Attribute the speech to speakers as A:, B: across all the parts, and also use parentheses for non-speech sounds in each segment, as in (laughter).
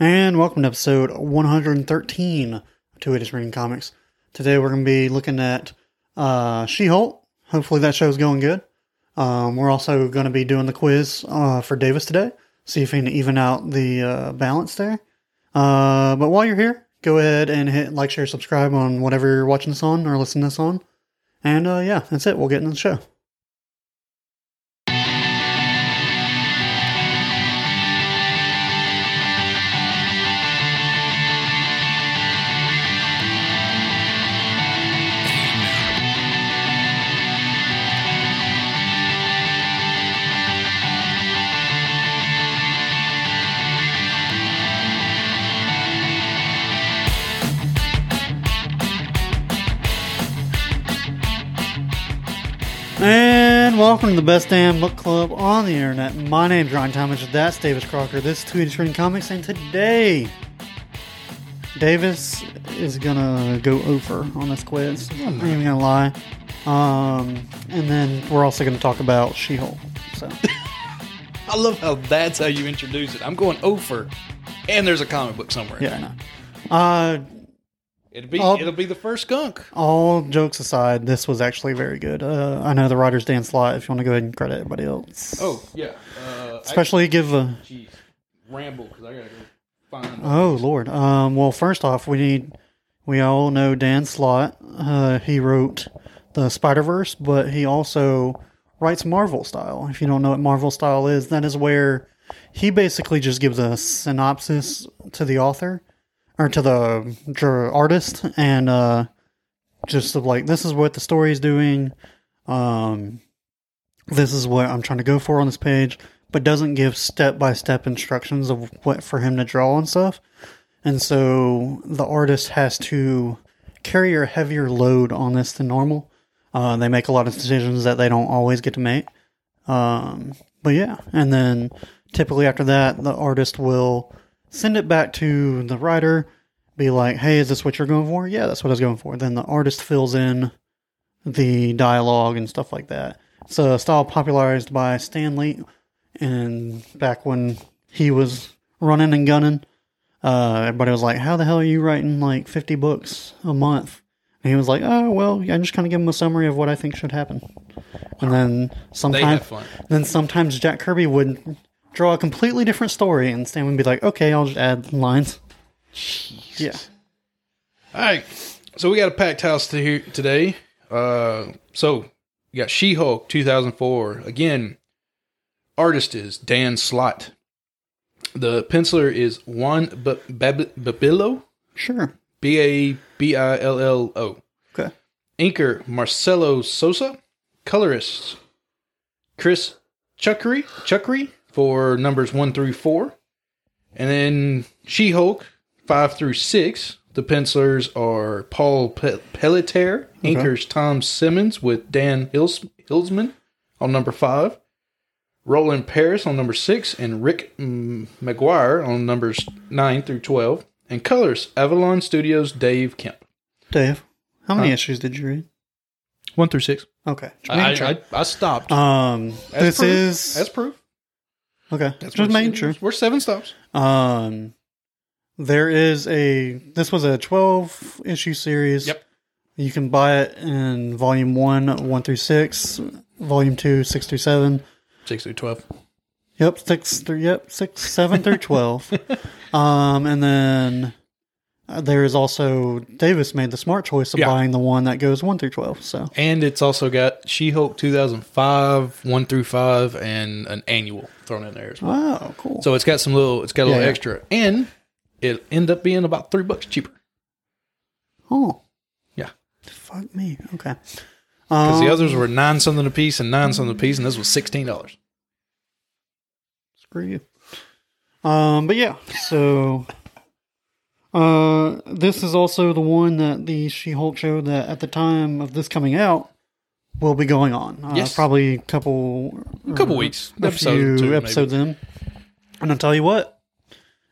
A: And welcome to episode 113 of Two Edges Reading Comics. Today we're going to be looking at uh, She Hulk. Hopefully that show's going good. Um, we're also going to be doing the quiz uh, for Davis today, see if we can even out the uh, balance there. Uh, but while you're here, go ahead and hit like, share, subscribe on whatever you're watching this on or listening to this on. And uh, yeah, that's it. We'll get into the show. And welcome to the best damn book club on the internet. My name's Ryan Thomas. That's Davis Crocker. This is Two Inch Green Comics, and today Davis is gonna go over on this quiz. I'm not even gonna lie. Um, and then we're also gonna talk about She-Hulk. So
B: I love how that's how you introduce it. I'm going over, and there's a comic book somewhere.
A: yeah, I know. Uh,
B: it'll be
A: I'll-
B: it'll be the first gunk.
A: all jokes aside, this was actually very good. Uh, I know the writers Dan Slott. If you want to go ahead and credit everybody else,
B: Oh yeah, uh,
A: especially give a
B: I, geez, ramble because I gotta go find.
A: Oh Lord. Um, well, first off, we need we all know Dan Slott. Uh, he wrote the Spider Verse, but he also writes Marvel style. If you don't know what Marvel style is, that is where he basically just gives a synopsis to the author or to the dr- artist, and uh, just of like this is what the story is doing. Um, this is what I'm trying to go for on this page, but doesn't give step by step instructions of what for him to draw and stuff. And so the artist has to carry a heavier load on this than normal. Uh, they make a lot of decisions that they don't always get to make. Um, but yeah, and then typically after that, the artist will send it back to the writer, be like, hey, is this what you're going for? Yeah, that's what I was going for. Then the artist fills in the dialogue and stuff like that. It's a style popularized by Stan Lee, and back when he was running and gunning, uh, everybody was like, "How the hell are you writing like fifty books a month?" And he was like, "Oh well, I just kind of give him a summary of what I think should happen." And then
B: They have
A: sometimes,
B: fun.
A: then sometimes Jack Kirby would draw a completely different story, and Stan would be like, "Okay, I'll just add lines." Yeah.
B: All right, so we got a packed house to here today. Uh, so we got She Hulk 2004 again. Artist is Dan Slott. The penciler is Juan B- Bab- Babillo,
A: Sure.
B: B A B I L L O.
A: Okay.
B: Inker Marcelo Sosa, colorist Chris Chuckery, Chuckery for numbers one through four, and then She Hulk five through six. The pencilers are Paul Pe- Pelletier, inkers Tom Simmons with Dan Hils- Hilsman on number five, Roland Paris on number six, and Rick mm, McGuire on numbers nine through twelve, and colors Avalon Studios Dave Kemp
A: Dave, how many issues did you read?
B: one through six.
A: Okay. Just making sure.
B: I, I, I stopped.
A: Um, this
B: proof.
A: is
B: That's proof.
A: okay.
B: That's
A: just
B: we're-
A: making sure.
B: We're seven stops.
A: Um, there is a this was a twelve issue series.
B: Yep.
A: You can buy it in volume one, one through six, volume two, six through seven.
B: Six through twelve.
A: Yep, six through yep, six, seven
B: (laughs)
A: through twelve. Um, and then uh, there is also Davis made the smart choice of
B: Yeah.
A: buying the one that goes one through twelve. So
B: And it's also got She Hulk 2005, 1 through 5, and an annual thrown in there as well.
A: wow, Oh, cool.
B: So it's got some little, it's got a
A: Yeah,
B: little
A: yeah.
B: extra. And it end up being about three bucks cheaper.
A: oh,
B: Yeah.
A: fuck me. Okay.
B: Because
A: Um,
B: the others were nine something a piece and nine something a piece, and this was $16.
A: Screw you. Um, but yeah, so uh, this is also the one that the She-Hulk show that at the time of this coming out will be going on. Uh,
B: Yes.
A: probably a couple,
B: A couple weeks.
A: a few
B: maybe.
A: episodes in. And I'll tell you what,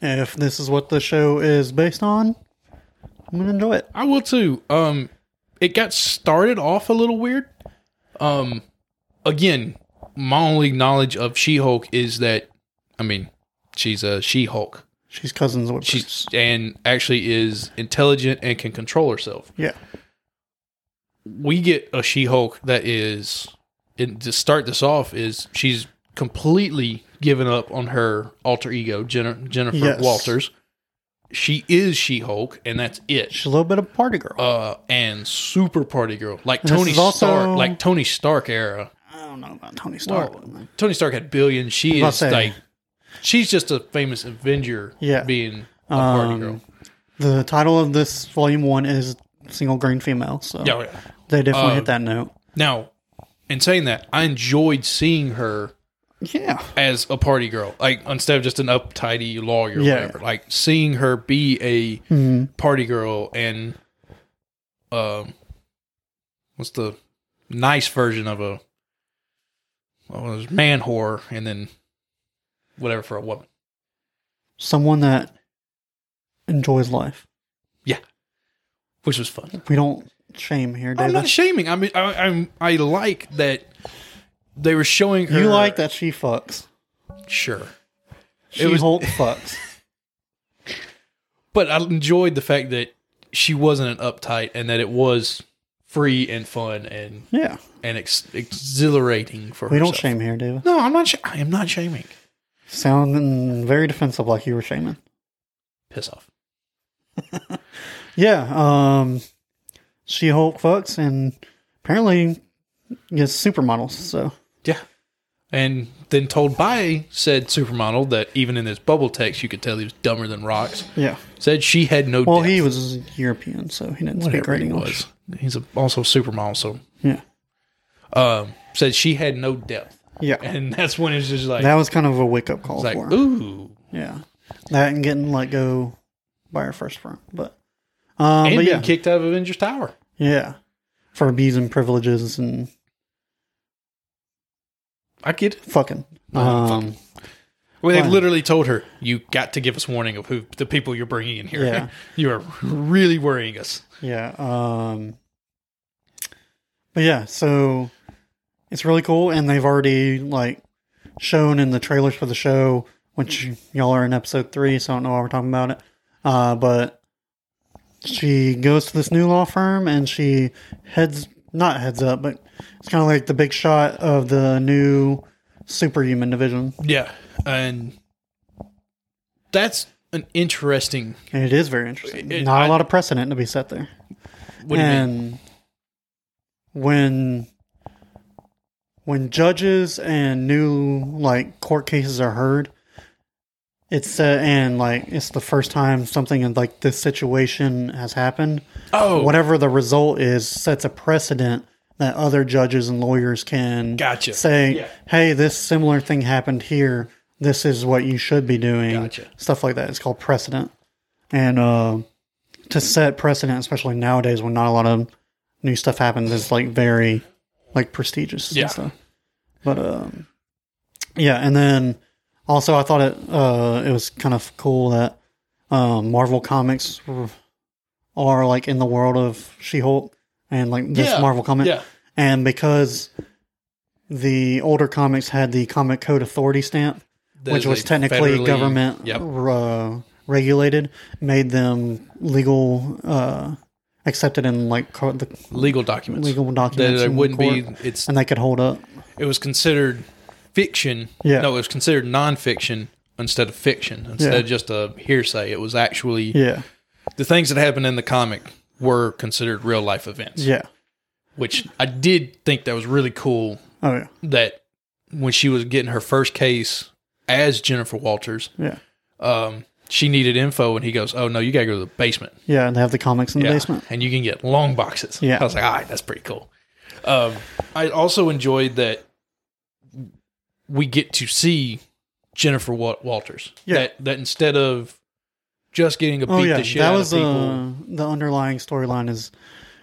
A: if this is what the show is based on, I'm gonna enjoy it.
B: I will too. Um, it got started off a little weird. Um, again, my only knowledge of She Hulk is that, I mean, she's a She Hulk.
A: She's cousins with
B: She's and actually is intelligent and can control herself.
A: yeah.
B: We get a She-Hulk that is and to start this off is she's completely given up on her alter ego Jennifer, Jennifer
A: Yes.
B: Walters. She is She-Hulk and that's it.
A: She's a little bit of a party girl.
B: uh, and super party girl, like
A: And this
B: Tony
A: is also-
B: Stark, like Tony Stark era.
A: I don't know about Tony Stark.
B: Well, Tony Stark had billions. She
A: I'll
B: is
A: say.
B: like, she's just a famous Avenger.
A: Yeah.
B: being a party
A: Um,
B: girl.
A: the title of this volume one is "Single Green Female," so
B: Yeah, Uh, yeah.
A: they definitely hit that note.
B: Now, in saying that, I enjoyed seeing her
A: Yeah,
B: as a party girl, like instead of just an uptighty lawyer or
A: Yeah.
B: whatever. Like seeing her be a
A: Mhm.
B: party girl and, um, what's the nice version of a what was man whore and then whatever for a woman.
A: someone that enjoys life.
B: Yeah, which was fun.
A: We don't shame here,
B: I'm
A: David.
B: not shaming. I mean, I, I'm I like that they were showing her.
A: you like that she fucks.
B: Sure,
A: She
B: was-
A: Hulk fucks.
B: (laughs) but I enjoyed the fact that she wasn't an uptight and that it was free and fun and
A: Yeah,
B: and ex- exhilarating for
A: we
B: herself.
A: don't shame here, David.
B: No, I'm not. Sh- I am not shaming.
A: Sounding very defensive, like you were shaming.
B: Piss off.
A: Yeah, um, She Hulk fucks and apparently gets supermodels. So
B: Yeah. And then told by said supermodel that even in his bubble text, you could tell he was dumber than rocks.
A: yeah.
B: Said she had no.
A: Well,
B: depth.
A: he was European, so he didn't speak
B: whatever
A: great
B: he
A: English.
B: was. He's a, also a supermodel, so
A: Yeah,
B: um, said she had no depth,
A: yeah.
B: and (laughs) that's when it's just like,
A: That Um, was kind of a wake up call
B: it's like
A: for him.
B: ooh,
A: Yeah, that and getting let go by her first firm, but um,
B: and
A: but
B: being
A: yeah,
B: kicked out of Avengers Tower.
A: yeah, for abusing privileges and
B: I get it.
A: fucking. Um,
B: Well, they
A: Fine.
B: literally told her, "You got to give us warning of who the people you're bringing in here.
A: Yeah.
B: (laughs) you are really worrying us."
A: yeah. Um, but yeah, so it's really cool, and they've already like shown in the trailers for the show, which y'all are in episode three, so I don't know why we're talking about it. Uh, but she goes to this new law firm and she heads not heads up, but it's kind of like the big shot of the new superhuman division,
B: Yeah, and that's an interesting.
A: and it is very interesting.
B: It-
A: not a
B: I-
A: lot of precedent to be set there.
B: What do you mean?
A: and when when judges and new like court cases are heard, it's uh, and like it's the first time something in like this situation has happened.
B: Oh,
A: Whatever the result is, sets a precedent that other judges and lawyers can
B: Gotcha.
A: say,
B: Yeah.
A: "Hey, this similar thing happened here. This is what you should be doing."
B: Gotcha.
A: Stuff like that. It's called precedent, and uh, to set precedent, especially nowadays when not a lot of new stuff happens, is like very like prestigious.
B: Yeah.
A: And stuff. But um, yeah, and then also I thought it uh it was kind of cool that um Marvel comics r- are like in the world of She-Hulk and like this
B: Yeah,
A: Marvel comic.
B: yeah.
A: And because the older comics had the Comic Code Authority stamp,
B: That
A: which
B: is
A: was
B: a
A: technically
B: federally-
A: government
B: Yep.
A: uh, regulated, made them legal uh accepted in like co- the
B: legal documents.
A: legal
B: that
A: documents
B: it
A: in
B: wouldn't be.
A: court,
B: It's
A: and they could hold up.
B: it was considered fiction.
A: Yeah.
B: No, it was considered nonfiction instead of fiction. Instead
A: Yeah.
B: of just a hearsay, it was actually
A: Yeah.
B: the things that happened in the comic were considered real life events.
A: Yeah.
B: Which I did think that was really cool
A: Oh yeah.
B: that when she was getting her first case as Jennifer Walters,
A: Yeah.
B: um, she needed info and he goes, Oh no, you gotta go to the basement.
A: Yeah, and they have the comics in the
B: Yeah,
A: basement.
B: And you can get long boxes.
A: Yeah.
B: I was like, all right, that's pretty cool. Um, I also enjoyed that we get to see Jennifer Wa- Walters.
A: Yeah.
B: That, that instead of just getting a beat
A: Oh yeah,
B: the shit
A: that
B: out
A: was
B: of people.
A: uh, the underlying storyline is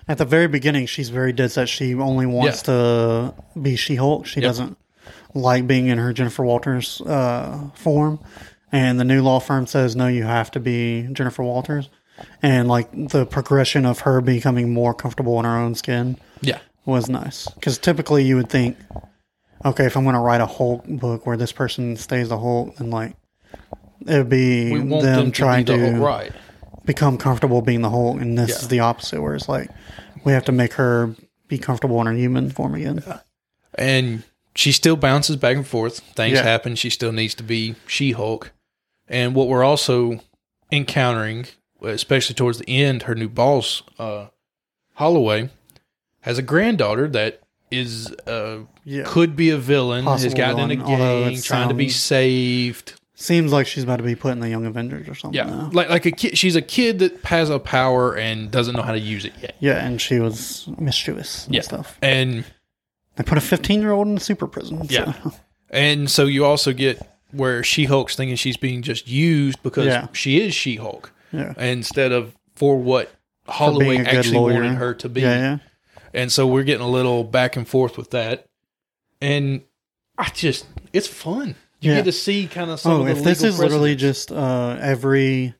A: at the very beginning she's very dead set. She only wants to be She Hulk. She doesn't like being in her Jennifer Walters uh, form. And the new law firm says no, you have to be Jennifer Walters. And like the progression of her becoming more comfortable in her own skin
B: yeah.
A: was nice because typically you would think, okay, if I'm going to write a Hulk book where this person stays the Hulk, then like it would be
B: We
A: them,
B: want them,
A: trying
B: to,
A: to,
B: be the whole, right.
A: become comfortable being the Hulk, and this
B: Yeah.
A: is the opposite, where it's like we have to make her be comfortable in her human form again.
B: and she still bounces back and forth. Things
A: Yeah.
B: happen. She still needs to be She Hulk. And what we're also encountering, especially towards the end, her new boss, uh, Holloway, has a granddaughter that is uh,
A: Yeah.
B: could be a villain. has
A: Possible
B: gotten in a
A: villain, although
B: gang, trying
A: it
B: to be
A: sounds-
B: saved.
A: Seems like she's about to be put in the Young Avengers or something.
B: Yeah,
A: now.
B: like like a kid. She's a kid that has a power and doesn't know how to use it yet.
A: Yeah, and she was mischievous and
B: Yeah.
A: stuff.
B: And
A: They put a 15 year old in a super prison.
B: Yeah.
A: So.
B: And so you also get where She Hulk's thinking she's being just used because
A: Yeah.
B: she is She Hulk
A: Yeah.
B: instead of for what Holloway
A: being a good
B: actually
A: lawyer.
B: wanted her to be.
A: Yeah, yeah.
B: And so we're getting a little back and forth with that. And I just, it's fun. You
A: Yeah.
B: get to see kind of some
A: Oh,
B: of the
A: if this
B: legal
A: is literally
B: precedent.
A: just uh, every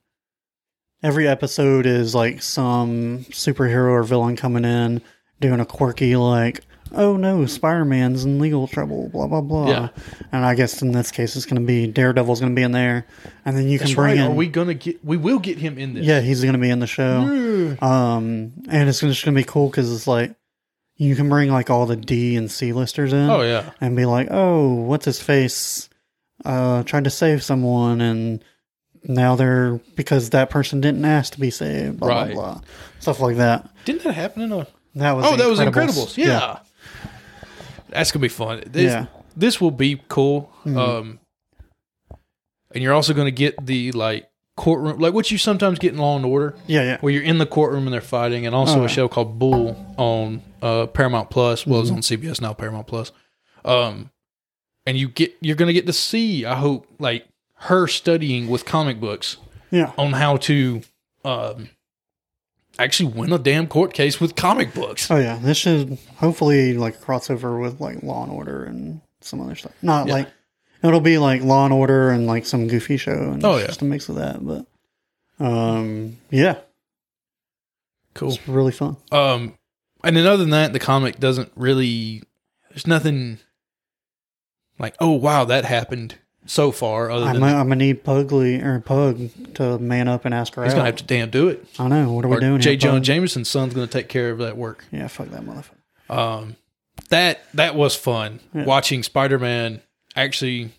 A: every episode is like some superhero or villain coming in doing a quirky like, oh no, Spider Man's in legal trouble, blah blah blah.
B: Yeah.
A: And I guess in this case, it's going to be Daredevil's going to be in there, and then you can
B: That's
A: bring
B: right. Are
A: in
B: we gonna get? We will get him in this.
A: yeah, he's going to be in the show.
B: Mm.
A: Um, and it's just going to be cool because it's like you can bring like all the D and C listers in
B: Oh yeah.
A: and be like, "Oh, what's his face? Uh, tried to save someone, and now they're because that person didn't ask to be saved." Blah
B: Right.
A: blah blah, stuff like that.
B: Didn't that happen in a?
A: That was
B: Oh, that was
A: Incredibles.
B: Incredibles. Yeah. That's gonna be fun. This,
A: Yeah.
B: this will be cool. Um, and you're also gonna get the like courtroom, like what you sometimes get in Law and Order,
A: yeah, yeah,
B: where you're in the courtroom and they're fighting, and also
A: Oh, yeah.
B: a show called Bull on uh, Paramount Plus. Well, it's on CBS now, Paramount Plus. Um, and you get you're gonna get to see. I hope like her studying with comic books
A: yeah,
B: on how to um actually win a damn court case with comic books.
A: Oh yeah, this should hopefully like cross over with like Law and Order and some other stuff. Not
B: Yeah.
A: like it'll be like Law and Order and like some goofy show. And
B: Oh,
A: it's
B: yeah.
A: just a mix of that. But um, yeah,
B: Cool.
A: it's really fun.
B: Um, and then other than that, the comic doesn't really. There's nothing like, oh wow, that happened so far. Other
A: I'm,
B: than
A: I'm gonna need Pugly or Pug to man up and ask her
B: he's
A: out.
B: gonna have to damn do it.
A: I know. What are we
B: Or
A: doing?
B: J.
A: here,
B: Jonah
A: bud?
B: Jameson's son's gonna take care of that work.
A: Yeah, fuck that motherfucker.
B: Um, that that was fun
A: Yeah.
B: watching Spider Man actually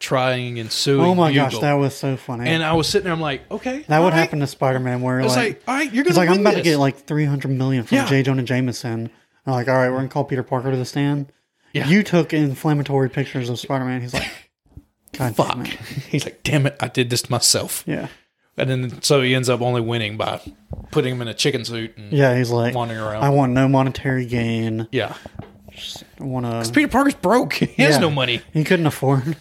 B: trying and suing.
A: Oh my
B: Bugle.
A: gosh, that was so funny.
B: and I was sitting there, I'm like, okay,
A: that would
B: all right.
A: happen to Spider Man, where like,
B: It's like, all right, you're gonna.
A: it's like I'm
B: win
A: about to
B: this.
A: get like 300 million from
B: Yeah.
A: J. Jonah Jameson. And I'm like, all right, we're gonna call Peter Parker to the stand.
B: Yeah.
A: You took inflammatory pictures of Spider Man. He's like, God damn (laughs)
B: (laughs) fuck.
A: it.
B: Ah, He's like, damn it, I did this to myself.
A: Yeah,
B: And then so he ends up only winning by putting him in a chicken suit and
A: yeah. He's like,
B: wandering around.
A: I want no monetary gain.
B: yeah.
A: I want to.
B: Peter Parker's broke. (laughs) He has
A: Yeah.
B: no money.
A: He couldn't afford.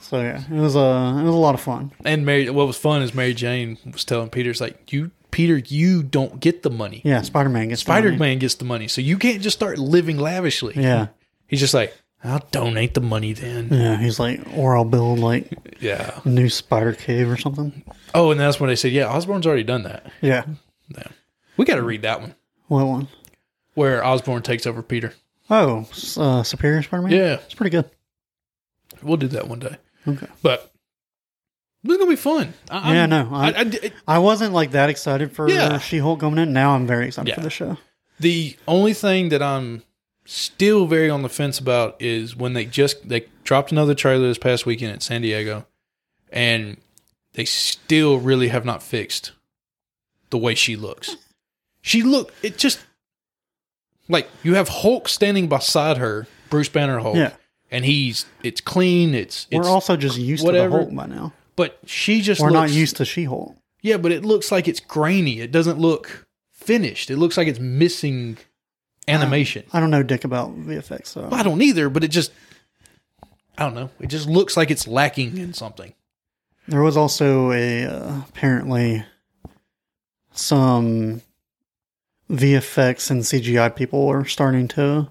A: So yeah, it was a uh, it was a lot of fun.
B: And Mary what was fun is Mary Jane was telling Peter, it's like, you Peter, you don't get the money.
A: Yeah, Spider Man gets the
B: Spider
A: money.
B: Man gets the money. So you can't just start living lavishly.
A: Yeah,
B: He's just like, I'll donate the
A: (laughs)
B: money then.
A: yeah. He's like, or I'll build like
B: Yeah.
A: a new spider cave or something.
B: Oh, and that's when they said, Yeah, Osborne's already done that.
A: Yeah.
B: We gotta read that one.
A: What one?
B: Where Osborne takes over Peter.
A: Oh, s- uh, Superior Spider-Man.
B: Yeah.
A: it's pretty good.
B: We'll do that one day.
A: Okay.
B: But this is gonna be fun. I,
A: Yeah,
B: I'm-
A: no, I-
B: I, I d-
A: I wasn't like that excited for
B: Yeah.
A: She-Hulk coming in. Now I'm very excited
B: Yeah.
A: for the show.
B: the only thing that I'm still very on the fence about is when they just they dropped another trailer this past weekend at San Diego, and they still really have not fixed the way she looks. She look it just like you have Hulk standing beside her, Bruce Banner Hulk,
A: Yeah.
B: and he's it's clean, it's it's
A: We're also just used
B: whatever.
A: to the Hulk by now.
B: but she just
A: We're not
B: looks-
A: used to She-Hulk.
B: Yeah, but it looks like it's grainy. It doesn't look finished. It looks like it's missing animation.
A: I don't know dick about VFX, so
B: I don't either, but it just I don't know. It just looks like it's lacking in something.
A: there was also a uh, apparently some VFX and CGI people are starting to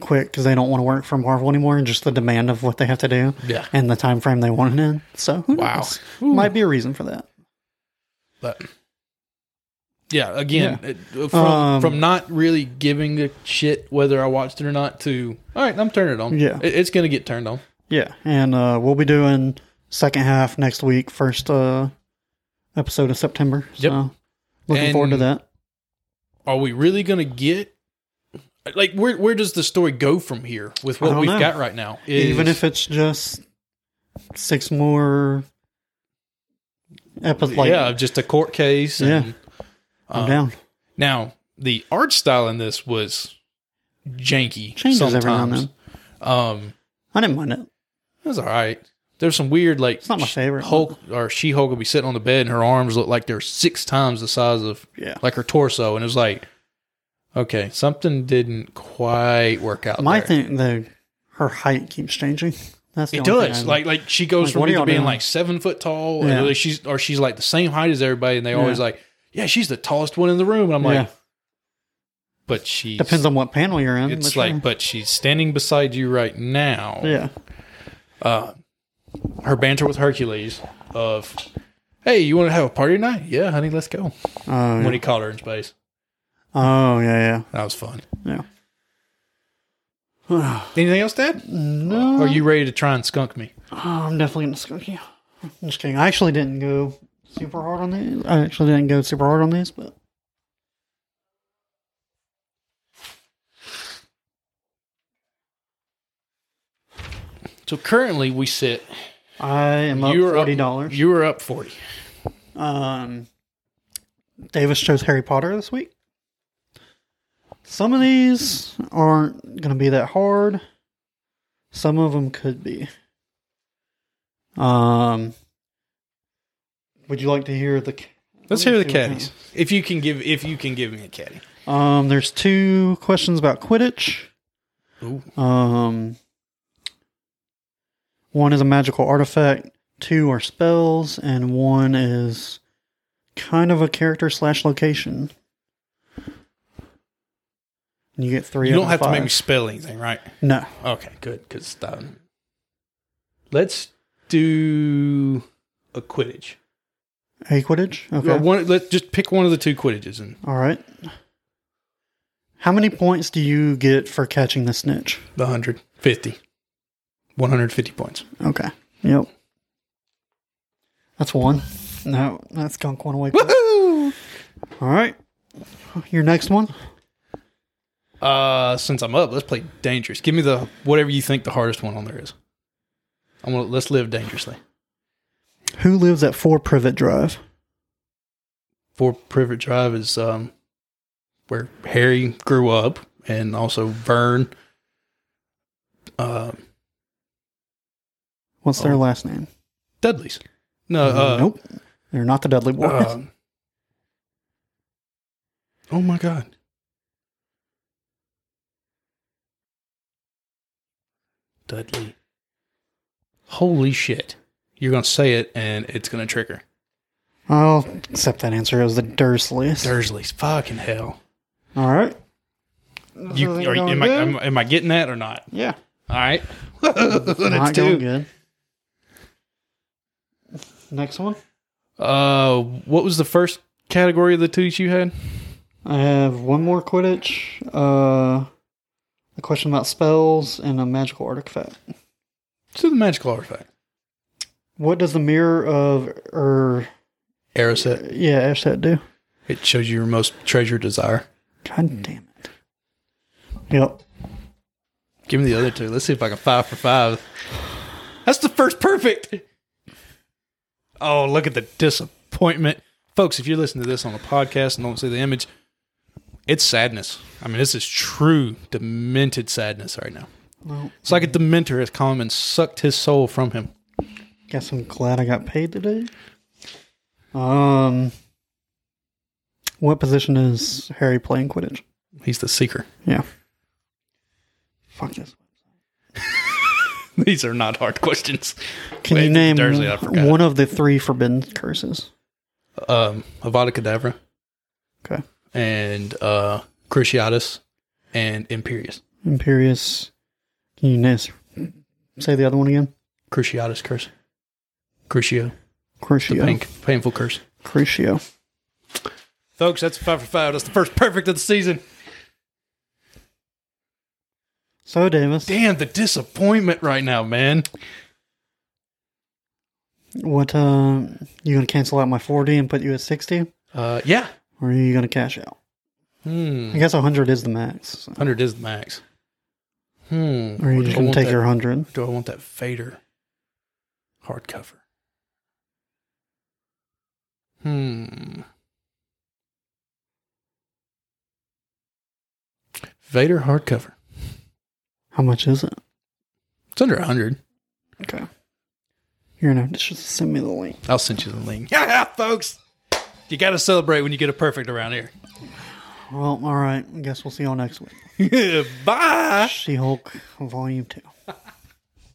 A: quit because they don't want to work for Marvel anymore, and just the demand of what they have to do.
B: Yeah.
A: and the time frame they want it in. So who
B: Wow.
A: knows?
B: Ooh.
A: Might be a reason for that.
B: But yeah, again, it- uh, from
A: Um,
B: from not really giving a shit whether I watched it or not to all right, I'm turning it on.
A: Yeah.
B: It- it's gonna get turned on.
A: Yeah, and uh, we'll be doing second half next week, first uh, episode of September.
B: Yep.
A: So looking
B: And-
A: forward to that.
B: Are we really going to get like where where does the story go from here with
A: I
B: what
A: don't
B: we've
A: know.
B: got right now?
A: Even
B: Is-
A: if it's just six more episodes, like,
B: yeah, uh, just a court case. And,
A: Yeah. I'm down.
B: Now, the art style in this was janky.
A: Changes
B: sometimes.
A: every now and then.
B: Um,
A: I didn't mind it.
B: it was all right. There's some weird, like
A: It's not my
B: Sh-
A: favorite,
B: Hulk or She Hulk would be sitting on the bed, and her arms looked like they're six times the size of
A: Yeah.
B: like her torso, and it was like, okay, something didn't quite work out.
A: My
B: there.
A: thing though, her height keeps changing. That's the
B: It
A: only thing
B: does.
A: I-
B: Like like she goes
A: Like,
B: from
A: what are
B: either
A: y'all
B: being
A: doing?
B: like seven foot tall,
A: Yeah.
B: and really she's or she's like the same height as everybody, and they always
A: Yeah.
B: like, yeah, she's the tallest one in the room, and I'm
A: yeah,
B: like, but she
A: depends on what panel you're in.
B: It's
A: but
B: like, but she's standing beside you right now.
A: sure. yeah,
B: Her banter with Hercules of, hey, you want to have a party tonight? Yeah, honey, let's go.
A: oh,
B: When
A: yeah.
B: he caught her in space,
A: oh yeah,
B: that was fun.
A: yeah, yeah.
B: Anything else, Dad?
A: no,
B: Or are you ready to try and skunk me?
A: Oh, I'm definitely gonna skunk you. I'm just kidding. I actually didn't go super hard on these. I actually didn't go super hard on these, but
B: So currently we sit.
A: I am up
B: you were
A: forty
B: up-
A: dollars.
B: You were up forty.
A: Um, Davis chose Harry Potter this week. Some of these aren't going to be that hard. Some of them could be. Um, would you like to hear the? ca-
B: Let's
A: Let
B: hear
A: me
B: the
A: see what
B: caddies. If you can give, if you can give me a caddy.
A: Um, there's two questions about Quidditch.
B: Ooh.
A: Um, one is a magical artifact, two are spells, and one is kind of a character slash location. And you get three.
B: You
A: out
B: don't
A: of
B: have to make me
A: five.
B: spell anything, right?
A: No.
B: Okay, good. Because let's do a Quidditch.
A: A Quidditch? Okay.
B: Or One, let's just pick one of the two Quidditches and
A: All right. How many points do you get for catching the snitch?
B: the 150. 150 points.
A: Okay. Yep. That's one. No, that's gunk one away.
B: (laughs) Woohoo!
A: All right. Your next one?
B: Uh, since I'm up, let's play dangerous. Give me the whatever you think the hardest one on there is. I'm gonna let's live dangerously.
A: Who lives at 4 Privet Drive?
B: Four Privet Drive is um where Harry grew up, and also Vern. Uh,
A: What's their last name?
B: Dudley's. No, Oh. uh,
A: nope. They're not the Dudley Boys.
B: um, oh my god. Dudley. Holy shit. You're going to say it and it's going to trigger.
A: I'll accept that answer. It was the Dursleys.
B: Dursley's fucking hell.
A: All right.
B: You,
A: Everything
B: are,
A: going
B: am, I,
A: good?
B: am, am I getting that or not?
A: Yeah.
B: All (laughs) right. That's
A: not going
B: two.
A: good. Next one.
B: Uh, what was the first category of the two that you had?
A: I have one more Quidditch, uh, a question about spells, and a magical artifact.
B: To the magical artifact.
A: What does the mirror of, er,
B: Aeroset.
A: yeah, Ashset do?
B: It shows you your most treasured desire.
A: God damn it. Yep.
B: Give me the other two. Let's see if I can five for five. That's the first perfect. Oh, look at the disappointment. Folks, if you're listening to this on a podcast and don't see the image, it's sadness. I mean, this is true demented sadness right now.
A: Well,
B: It's like a dementor has come and sucked his soul from him.
A: Guess I'm glad I got paid today. Um, what position is Harry playing Quidditch?
B: He's the seeker. (laughs)
A: Yeah. Fuck this.
B: These are not hard questions.
A: Can
B: Wait,
A: you name
B: Dursley, I forgot.
A: one of the three forbidden curses?
B: Um, Avada Kedavra
A: Okay.
B: and uh, Cruciatus and Imperius.
A: Imperious. Can you nas- say the other one again?
B: Cruciatus curse. Crucio.
A: Crucio.
B: Pain- painful curse.
A: Crucio.
B: Folks, that's five for five. That's the first perfect of the season.
A: So, Davis,
B: Damn, the disappointment right now, man.
A: What uh, you gonna cancel out my forty and put you at sixty,
B: Uh, yeah.
A: or are you gonna cash out?
B: Hmm.
A: I guess hundred is the max. so.
B: 100 is the max. Hmm.
A: Or are you
B: Do
A: just
B: I
A: gonna
B: want
A: take
B: that-
A: your hundred?
B: Do I want that fader hardcover? Hmm. Vader hardcover.
A: How much is it?
B: It's under 100.
A: Okay. You're gonna have to just send me the link.
B: I'll send you the link. (laughs) Yeah, folks. You got to celebrate when you get a perfect around here.
A: Well, all right. I guess we'll see y'all next week.
B: (laughs) Bye.
A: She Hulk Volume Two.